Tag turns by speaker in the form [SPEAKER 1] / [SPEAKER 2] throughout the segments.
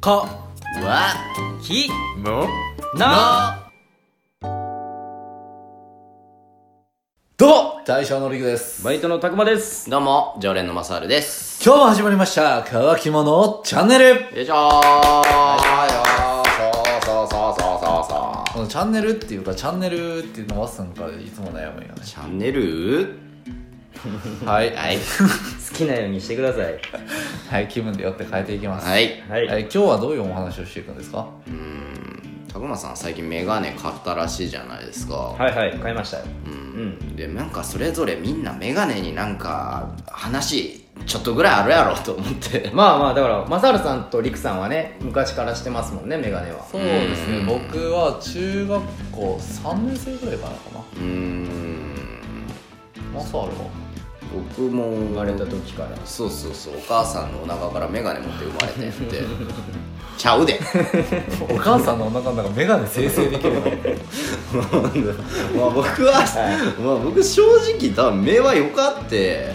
[SPEAKER 1] か
[SPEAKER 2] わ
[SPEAKER 1] き
[SPEAKER 2] も
[SPEAKER 1] な
[SPEAKER 3] どうも大将のりくです
[SPEAKER 1] バイトのたくまです
[SPEAKER 2] どうも常連のマサールです
[SPEAKER 3] 今日も始まりました乾き物チャンネル
[SPEAKER 2] よいしょーはいそうそうそうそうそうそう
[SPEAKER 3] このチャンネルっていうかチャンネルっていうのはすんかいつも悩むよね
[SPEAKER 2] チャンネ ル
[SPEAKER 3] はい
[SPEAKER 2] はい
[SPEAKER 1] 好きなようにしてください
[SPEAKER 3] はい気分でよって変えていきます、
[SPEAKER 2] はいい
[SPEAKER 1] はい、
[SPEAKER 3] はい今日はどういうお話をしていくんですか
[SPEAKER 2] たくまさん最近メガネ買ったらしいじゃないですか、
[SPEAKER 1] はいはい買いましたようん
[SPEAKER 2] でなんかそれぞれみんなメガネになんか話ちょっとぐらいあるやろと思って
[SPEAKER 4] まあまあだからマサルさんとリクさんはね昔からしてますもんねメガネは
[SPEAKER 3] そうですね僕は中学校3年生ぐらいかなかな
[SPEAKER 2] うーん
[SPEAKER 3] マサールは
[SPEAKER 2] 僕も生
[SPEAKER 4] 生まれた時から
[SPEAKER 2] そうそうそうお母さんのお腹からメガネ持って生まれてんって ちゃうで
[SPEAKER 3] お母さんのお腹の中メガネ生成できるの
[SPEAKER 2] まあ僕は、まあ僕正直多分目は良かって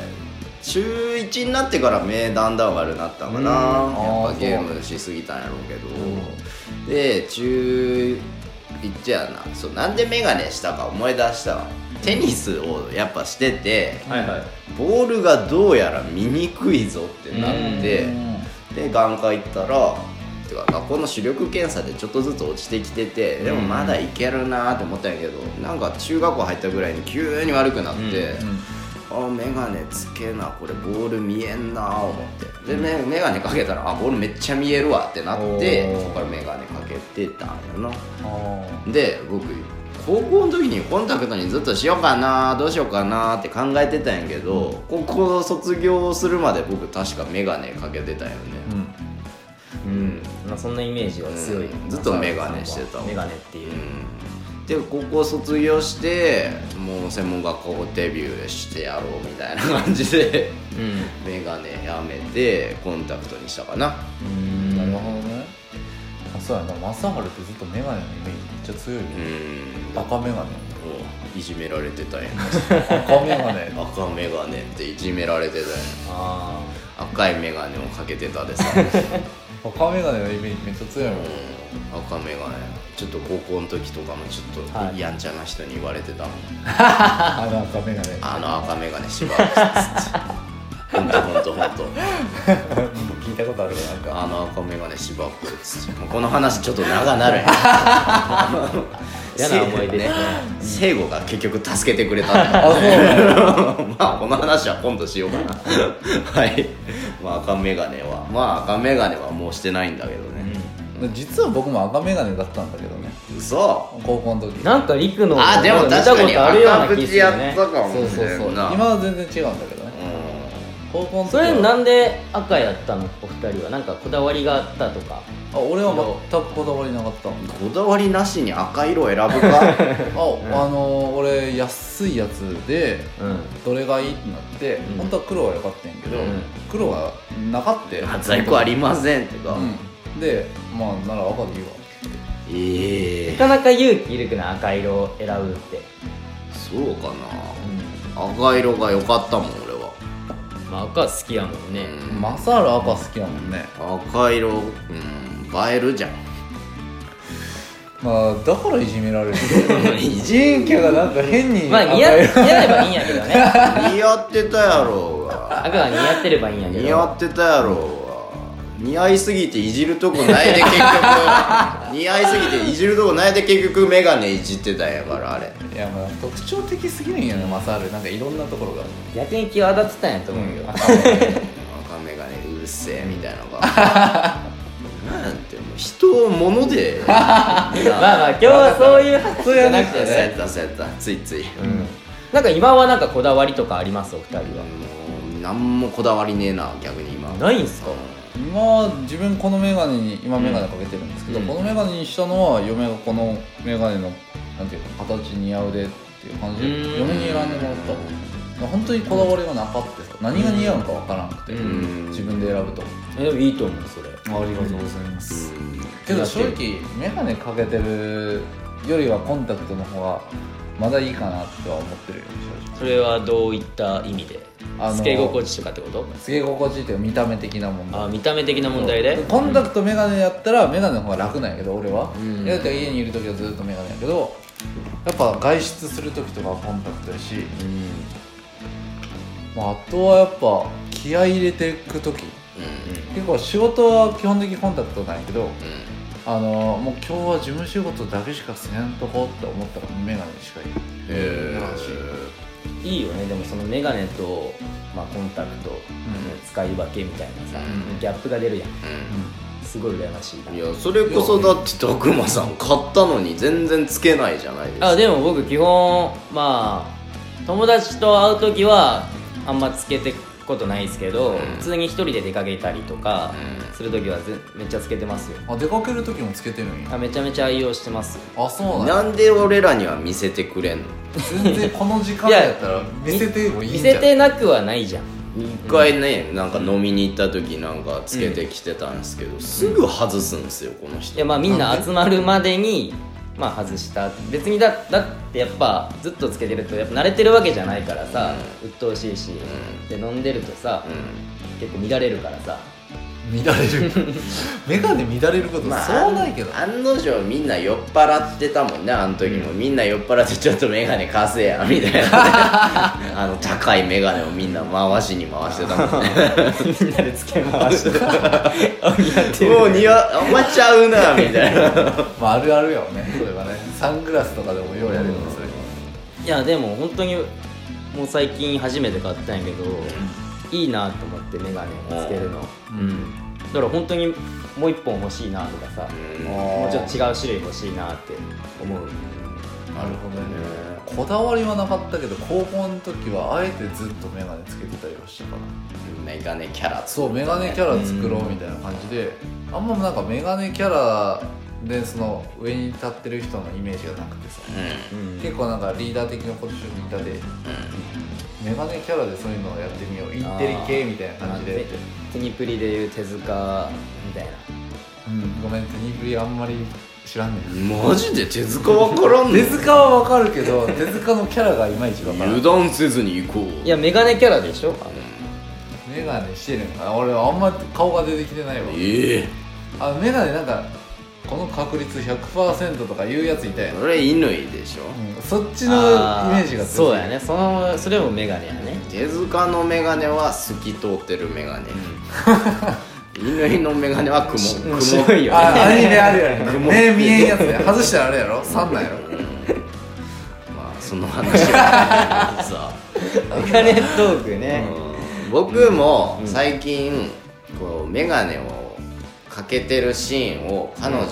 [SPEAKER 2] 中1になってから目だんだん悪くなったんかなや
[SPEAKER 3] あー
[SPEAKER 2] っぱゲームしすぎたんやろうけど、で中1やなそうなんでメガネしたか思い出したわテニスをやっぱしてて
[SPEAKER 4] はいはい
[SPEAKER 2] ボールがどうやら見にくいぞってなって、で眼科行ったらてか学校の視力検査でちょっとずつ落ちてきててでもまだいけるなと思ったんやけどなんか中学校入ったぐらいに急に悪くなって、あメガネつけなこれボール見えんな思ってでメメガネかけたらあボールめっちゃ見えるわってなって
[SPEAKER 3] おー
[SPEAKER 2] そこからメガネかけてたんや
[SPEAKER 3] あ
[SPEAKER 2] なで僕高校の時にコンタクトにずっとしようかなどうしようかなって考えてたんやけど高校卒業するまで僕確かメガネかけてたんよね、
[SPEAKER 3] ーうん
[SPEAKER 4] うんまあそんなイメージは強い、
[SPEAKER 2] うんずっとメガネしてた
[SPEAKER 4] メガネっていう、
[SPEAKER 2] うんで高校卒業してもう専門学校デビューしてやろうみたいな感じで
[SPEAKER 4] う
[SPEAKER 2] メガネやめてコンタクトにしたかな
[SPEAKER 4] うん
[SPEAKER 3] なるほどねあそうやなマサールってずっとメガネのイメージめっちゃ強いよ
[SPEAKER 2] う ん
[SPEAKER 3] ね赤メガネ
[SPEAKER 2] いじめられてた やん
[SPEAKER 3] 赤メガネ
[SPEAKER 2] 赤メガネっていじめられてたや
[SPEAKER 4] あ
[SPEAKER 2] ん赤いメガネをかけてた でさ、
[SPEAKER 3] 赤メガネのイメージめっちゃ強い もん
[SPEAKER 2] うん赤メガネちょっと高校の時とかもちょっ
[SPEAKER 4] は
[SPEAKER 2] と
[SPEAKER 4] い
[SPEAKER 2] やんちゃな人に言われてたもん
[SPEAKER 3] あの赤メガネ
[SPEAKER 2] あの赤メガネしばらく つってほんとほんとほんと
[SPEAKER 4] 聞いたことある
[SPEAKER 3] なんか
[SPEAKER 2] あの赤メガネ芝生つってもうこの話ちょっと長なるやん
[SPEAKER 4] 嫌な思い出ね
[SPEAKER 2] 聖子が結局助けてくれたんだよねまあこの話は今度しようかなはいまあ赤メガネはまあ赤メガネはもうしてないんだけどね、
[SPEAKER 3] 実は僕も赤メガネだったんだけどね
[SPEAKER 2] 嘘
[SPEAKER 3] 高校の時
[SPEAKER 4] なんかリクの
[SPEAKER 2] あでも
[SPEAKER 4] なん
[SPEAKER 2] 確かに
[SPEAKER 4] 見たことあるような
[SPEAKER 2] 赤
[SPEAKER 4] 気がす
[SPEAKER 2] 口
[SPEAKER 4] るよ
[SPEAKER 2] や
[SPEAKER 4] ね
[SPEAKER 2] ったか
[SPEAKER 3] そ
[SPEAKER 2] も
[SPEAKER 3] う
[SPEAKER 2] し
[SPEAKER 3] そう
[SPEAKER 2] れ
[SPEAKER 3] そうん
[SPEAKER 2] な
[SPEAKER 3] 今は全然違うんだけどね高校の時
[SPEAKER 4] そ
[SPEAKER 3] は
[SPEAKER 4] れなんで赤やったのお二人はなんかこだわりがあったとか
[SPEAKER 3] あ俺は全くこだわりなかったあ
[SPEAKER 2] うんこだわりなしに赤色選ぶか
[SPEAKER 3] あのー俺安いやつで
[SPEAKER 4] うん
[SPEAKER 3] どれがいいってなって
[SPEAKER 4] うん
[SPEAKER 3] 本当は黒は良かったんやけど
[SPEAKER 2] うん
[SPEAKER 3] 黒がなかったよ
[SPEAKER 2] あ在庫ありませんとか、
[SPEAKER 3] うんでまあなら赤でいいわ
[SPEAKER 2] ええ
[SPEAKER 4] なかなか勇気いるくない赤色を選ぶって、
[SPEAKER 2] そうかな赤色が良かったもん俺は
[SPEAKER 4] まあ赤好きやもんね、
[SPEAKER 2] うん
[SPEAKER 3] マサール赤好きだもんね
[SPEAKER 2] 赤色うん映えるじゃん
[SPEAKER 3] まあだからいじめられる
[SPEAKER 2] 人
[SPEAKER 3] キャがなんか変に
[SPEAKER 4] まあ似合似合えばいいんやけどね
[SPEAKER 2] 似合ってたやろうが
[SPEAKER 4] 赤が似合ってればいいんやけど
[SPEAKER 2] 似合ってたやろうが似合いすぎていじるとこない で結局似合いすぎていじるとこないで結局眼鏡いじってたんやからあれ
[SPEAKER 3] いやまあ特徴的すぎるんやねマサールなんかいろんなところが
[SPEAKER 4] 逆に際立ってたんやと思う よ、
[SPEAKER 2] 赤眼鏡うるせえみたいなのがなんてもう人を物で
[SPEAKER 4] まあまあ今日はそういう話じゃなく
[SPEAKER 2] そう
[SPEAKER 4] て
[SPEAKER 2] や
[SPEAKER 4] ね
[SPEAKER 2] ったそうやったついつい、
[SPEAKER 4] なんか今はなんかこだわりとかありますお二人は
[SPEAKER 2] もう何もこだわりねえな逆に今
[SPEAKER 4] ないんすか
[SPEAKER 3] 今は自分この眼鏡に今眼鏡かけてるんですけど、
[SPEAKER 4] うん
[SPEAKER 3] この眼鏡にしたのは嫁がこの眼鏡のなんていうか形似合うでっていう感じで
[SPEAKER 4] うん
[SPEAKER 3] 嫁に選んでもらったもん本当にこだわりがなかったです何が似合うのかわからなくて、
[SPEAKER 2] うん
[SPEAKER 3] 自分で選ぶと
[SPEAKER 4] えでもいいと思うそれ
[SPEAKER 3] ありがとうございます
[SPEAKER 2] う
[SPEAKER 3] けど正直眼鏡かけてるよりはコンタクトの方がまだいいかなっては思ってるよ正直
[SPEAKER 4] それはどういった意味で
[SPEAKER 3] あの
[SPEAKER 5] つけ心地とかってこと
[SPEAKER 3] つけ心地っていうか見た目的な問題
[SPEAKER 5] あ見た目的な問題で
[SPEAKER 3] コンタクトメガネやったらメガネの方が楽なんやけど俺は、
[SPEAKER 5] うん
[SPEAKER 3] だって家にいる時はずっとメガネやけどやっぱ外出する時とかはコンタクトやし、まあ、あとはやっぱ気合い入れていく時結構仕事は基本的にコンタクトなんやけどあのもう今日は事務仕事だけしかせんとこって思ったらメガネしかいい
[SPEAKER 2] へ
[SPEAKER 1] いいよねでもそのメガネと、まあ、コンタクトの使い分けみたいなさ、
[SPEAKER 2] う
[SPEAKER 1] ギャップが出るやん
[SPEAKER 2] え
[SPEAKER 1] すごい羨ましいない
[SPEAKER 2] やそれこそだって徳馬さん買ったのに全然つけないじゃないですか
[SPEAKER 5] あでも僕基本まあ友達と会う時はあんまつけてくことないですけど、
[SPEAKER 2] うん
[SPEAKER 5] 普通に一人で出かけたりとか
[SPEAKER 2] うん
[SPEAKER 5] する時はぜめっちゃつけてますよ
[SPEAKER 3] あ出かける時もつけてるんや
[SPEAKER 5] あめちゃめちゃ愛用してます
[SPEAKER 3] あそ うなんや
[SPEAKER 2] なんで俺らには見せてくれんの
[SPEAKER 3] 全然この時間やったら見せてもいいん
[SPEAKER 5] 見
[SPEAKER 3] じ
[SPEAKER 5] せ
[SPEAKER 3] ゃない
[SPEAKER 5] てなくはないじゃん
[SPEAKER 2] 一回ねなんか飲みに行った時なんかつけてきてたんですけど、すぐ外すんですよこの
[SPEAKER 5] い
[SPEAKER 2] 人
[SPEAKER 5] やまあみん
[SPEAKER 3] な
[SPEAKER 5] な
[SPEAKER 3] んで
[SPEAKER 5] 集まるまでにまあ外した別にだだってやっぱずっとつけてるとやっぱ慣れてるわけじゃないからさ、鬱陶しいし、で飲んでるとさ、結構乱れるから さ
[SPEAKER 3] 乱れる メガネ乱れること、そうないけど
[SPEAKER 2] 案案の定みんな酔っ払ってたもんねあの時も、みんな酔っ払ってちょっとメガネ貸せやみたいな ねあの高いメガネをみんな回しに回してたもんね
[SPEAKER 1] みんなでつけ回して あ似合ってる
[SPEAKER 2] もう似合おまちゃう なみたいな
[SPEAKER 3] まあ、あるあるやろねそれはねサングラスとかでもようやるよねそれ
[SPEAKER 5] いやでも本当にもう最近初めて買ったんやけど、いいなと思ってメガネをつけるの、
[SPEAKER 3] うん
[SPEAKER 5] だから本当にもう一本欲しいなとかさ、もうちょっと違う種類欲しいなって思う
[SPEAKER 3] なるほどねこだわりはなかったけど高校の時はあえてずっとメガネつけてたりはしたから
[SPEAKER 2] メガネキャラ
[SPEAKER 3] そうメガネキャラ作ろうみたいな感じであんまなんかメガネキャラでその上に立ってる人のイメージがなくてさ
[SPEAKER 2] う
[SPEAKER 3] 結構なんかリーダー的なポジションにいたでメガネキャラでそういうのをやってみようインテリ系みたいな感じで
[SPEAKER 5] テニプリでいう手塚みたいな
[SPEAKER 3] うんごめん手に振りあんまり知らんねん
[SPEAKER 2] んマジで手塚わからんの
[SPEAKER 3] 手塚はわかるけど 手塚のキャラがいまいちわからん
[SPEAKER 2] 油断せずに行こう
[SPEAKER 5] いやメガネキャラでしょあの
[SPEAKER 3] メガネしてるんかな俺あんま顔が出てきてないわ
[SPEAKER 2] ええ
[SPEAKER 3] あメガネなんかこの確率100%とかいうやついたやん、
[SPEAKER 2] それ乾でしょ
[SPEAKER 3] うんそっちのイメージが強い
[SPEAKER 5] そうやねそのそれもメガネやね
[SPEAKER 2] 手塚のメガネは透き通ってるメガネ 乾のメガネは雲
[SPEAKER 1] 白いよね
[SPEAKER 3] あアニメあるやん目見えんやつね外したらあれやろ3なん やろ
[SPEAKER 2] まあその話はさ
[SPEAKER 5] メガネトークね
[SPEAKER 2] うん 僕も最近こうメガネをかけてるシーンを彼女と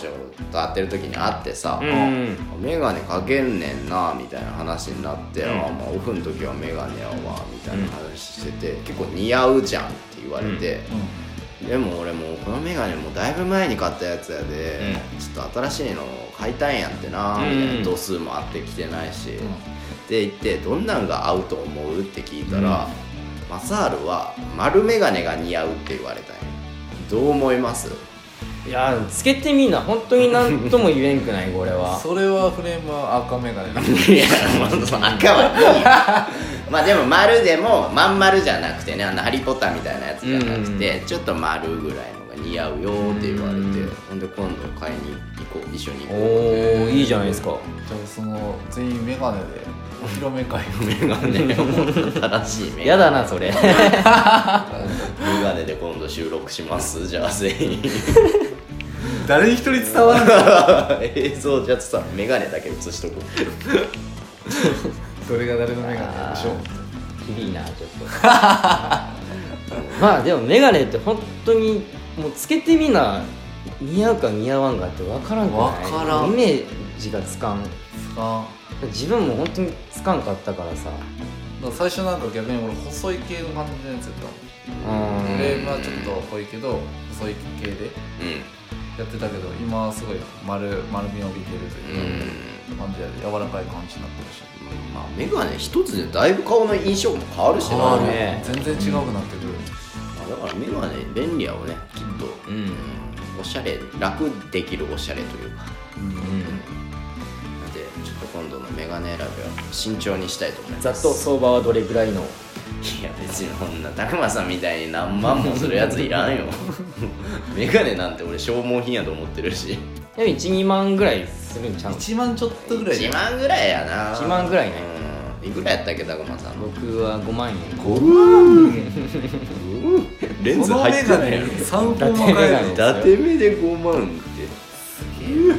[SPEAKER 2] 会ってる時に会ってさ、
[SPEAKER 1] うん
[SPEAKER 2] メガネかけんねんなみたいな話になって、あまあ、オフの時はメガネやわみたいな話してて、結構似合うじゃんって言われて、でも俺もうこのメガネもうだいぶ前に買ったやつやで、ちょっと新しいの買いたいんやってなみたいな、度数も合ってきてないし、って言ってどんなんが合うと思うって聞いたら、マサールは丸メガネが似合うって言われたんやどう思います
[SPEAKER 5] いやつけてみんな本当になんとも言えんくないこれは
[SPEAKER 3] それはフレームは赤メガネだ
[SPEAKER 2] いや、まあ、その赤はいいよ まあでも丸でもまん丸じゃなくてねあの「ハリー・ポッター」みたいなやつじゃなくて、ちょっと丸ぐらいのが似合うよって言われて、ほんで今度買いに行こう一緒に行
[SPEAKER 5] お
[SPEAKER 2] こう
[SPEAKER 5] おいいじゃないですか
[SPEAKER 3] じゃあその全員メガネでお披露目会
[SPEAKER 2] メガネを新しいメ
[SPEAKER 5] や
[SPEAKER 2] ガネ
[SPEAKER 5] だなそ れ
[SPEAKER 2] メガネで今度収録しますじゃあ全員
[SPEAKER 3] 誰に一人伝わらない
[SPEAKER 2] 映像じゃあさメガネだけ映しとく
[SPEAKER 3] それが誰のメガネでしょう
[SPEAKER 5] きりいなちょっとまあでもメガネって本当にもうつけてみな似合うか似合わんかって分からんくない
[SPEAKER 3] わからん
[SPEAKER 5] イメージがつかん
[SPEAKER 3] あ
[SPEAKER 5] 自分も本当につかんかったからさ
[SPEAKER 3] だから最初なんか逆に俺細い系の感じのやつやったもん
[SPEAKER 5] うん
[SPEAKER 3] フレームはちょっと濃いけど細い系で
[SPEAKER 2] う
[SPEAKER 3] やってたけど今はすごい丸丸みを帯びてると
[SPEAKER 2] んう
[SPEAKER 3] いうん感じやで柔らかい感じになってるし
[SPEAKER 2] まあメガネ一つでだいぶ顔の印象も変わるしな
[SPEAKER 3] あ
[SPEAKER 5] る
[SPEAKER 3] ー
[SPEAKER 5] ね
[SPEAKER 3] 全然違うくなってくる、
[SPEAKER 2] まあだからメガネ便利やをねきっと、
[SPEAKER 5] うん
[SPEAKER 2] おしゃれ楽できるおしゃれというか
[SPEAKER 5] うん
[SPEAKER 2] なのでちょっと今度のメガネ選びは慎重にしたいと思います
[SPEAKER 1] ざっと相場はどれぐらいの
[SPEAKER 2] いや別にこんなたくまさんみたいに何万もするやついら んよメガネなんて俺消耗品やと思ってるし
[SPEAKER 5] でも12万ぐらいするんちゃう
[SPEAKER 3] 1万ちょっとぐらいじゃ
[SPEAKER 2] 1万ぐらいやな
[SPEAKER 5] 1万ぐらいね
[SPEAKER 2] うんいくらやったっけたくまさん
[SPEAKER 5] 僕は5万円
[SPEAKER 2] レン
[SPEAKER 3] ん
[SPEAKER 2] ズ
[SPEAKER 3] その
[SPEAKER 2] 入
[SPEAKER 3] メ
[SPEAKER 2] って
[SPEAKER 3] ガ
[SPEAKER 2] ない
[SPEAKER 3] ネ
[SPEAKER 2] やろ
[SPEAKER 3] 3個も買える
[SPEAKER 2] 伊
[SPEAKER 3] の
[SPEAKER 2] 達目で5万ってすげえ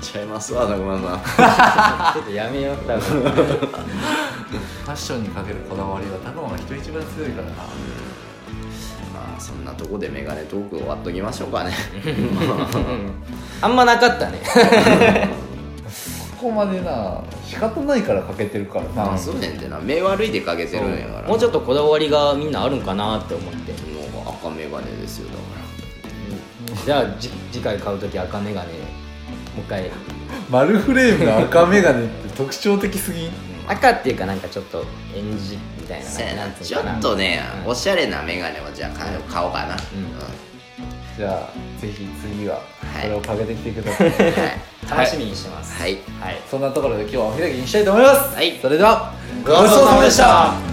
[SPEAKER 2] ちゃいますわたくまさん
[SPEAKER 5] ちょっとやめよう多分
[SPEAKER 3] ファッションにかけるこだわりはタコが人一番強いからな
[SPEAKER 2] まあそんなとこでメガネトーク終わっときましょうかね
[SPEAKER 5] あんまなかったね
[SPEAKER 3] ここまでな仕方ないからかけてるから
[SPEAKER 2] ま
[SPEAKER 3] な
[SPEAKER 2] あそうねんてな目悪いでかけてるんやから
[SPEAKER 5] もうちょっ
[SPEAKER 2] と
[SPEAKER 5] とこだわりがみんなあるんかなって思って
[SPEAKER 2] もう赤メガネですよだか
[SPEAKER 5] じゃあじ次回買う時赤眼鏡もう一回
[SPEAKER 3] 丸フレームの赤眼鏡って特徴的すぎん
[SPEAKER 5] 赤っていうかなんかちょっとエンジみたいな
[SPEAKER 2] らせやな
[SPEAKER 5] なんつ
[SPEAKER 2] ち
[SPEAKER 5] う
[SPEAKER 2] ょ
[SPEAKER 5] かな
[SPEAKER 2] っとね
[SPEAKER 5] うん
[SPEAKER 2] おしゃれなメガネをじゃあ買おう買おうかな、
[SPEAKER 5] うん
[SPEAKER 2] う
[SPEAKER 3] じゃあぜひ次は
[SPEAKER 2] はい
[SPEAKER 3] これをかけてきてください、
[SPEAKER 2] んはい
[SPEAKER 5] 楽しみにしてます
[SPEAKER 2] はい
[SPEAKER 5] はい
[SPEAKER 3] そんなところで今日はお開きにしたいと思います、
[SPEAKER 2] はい
[SPEAKER 3] それでは
[SPEAKER 2] ごちそうさまでした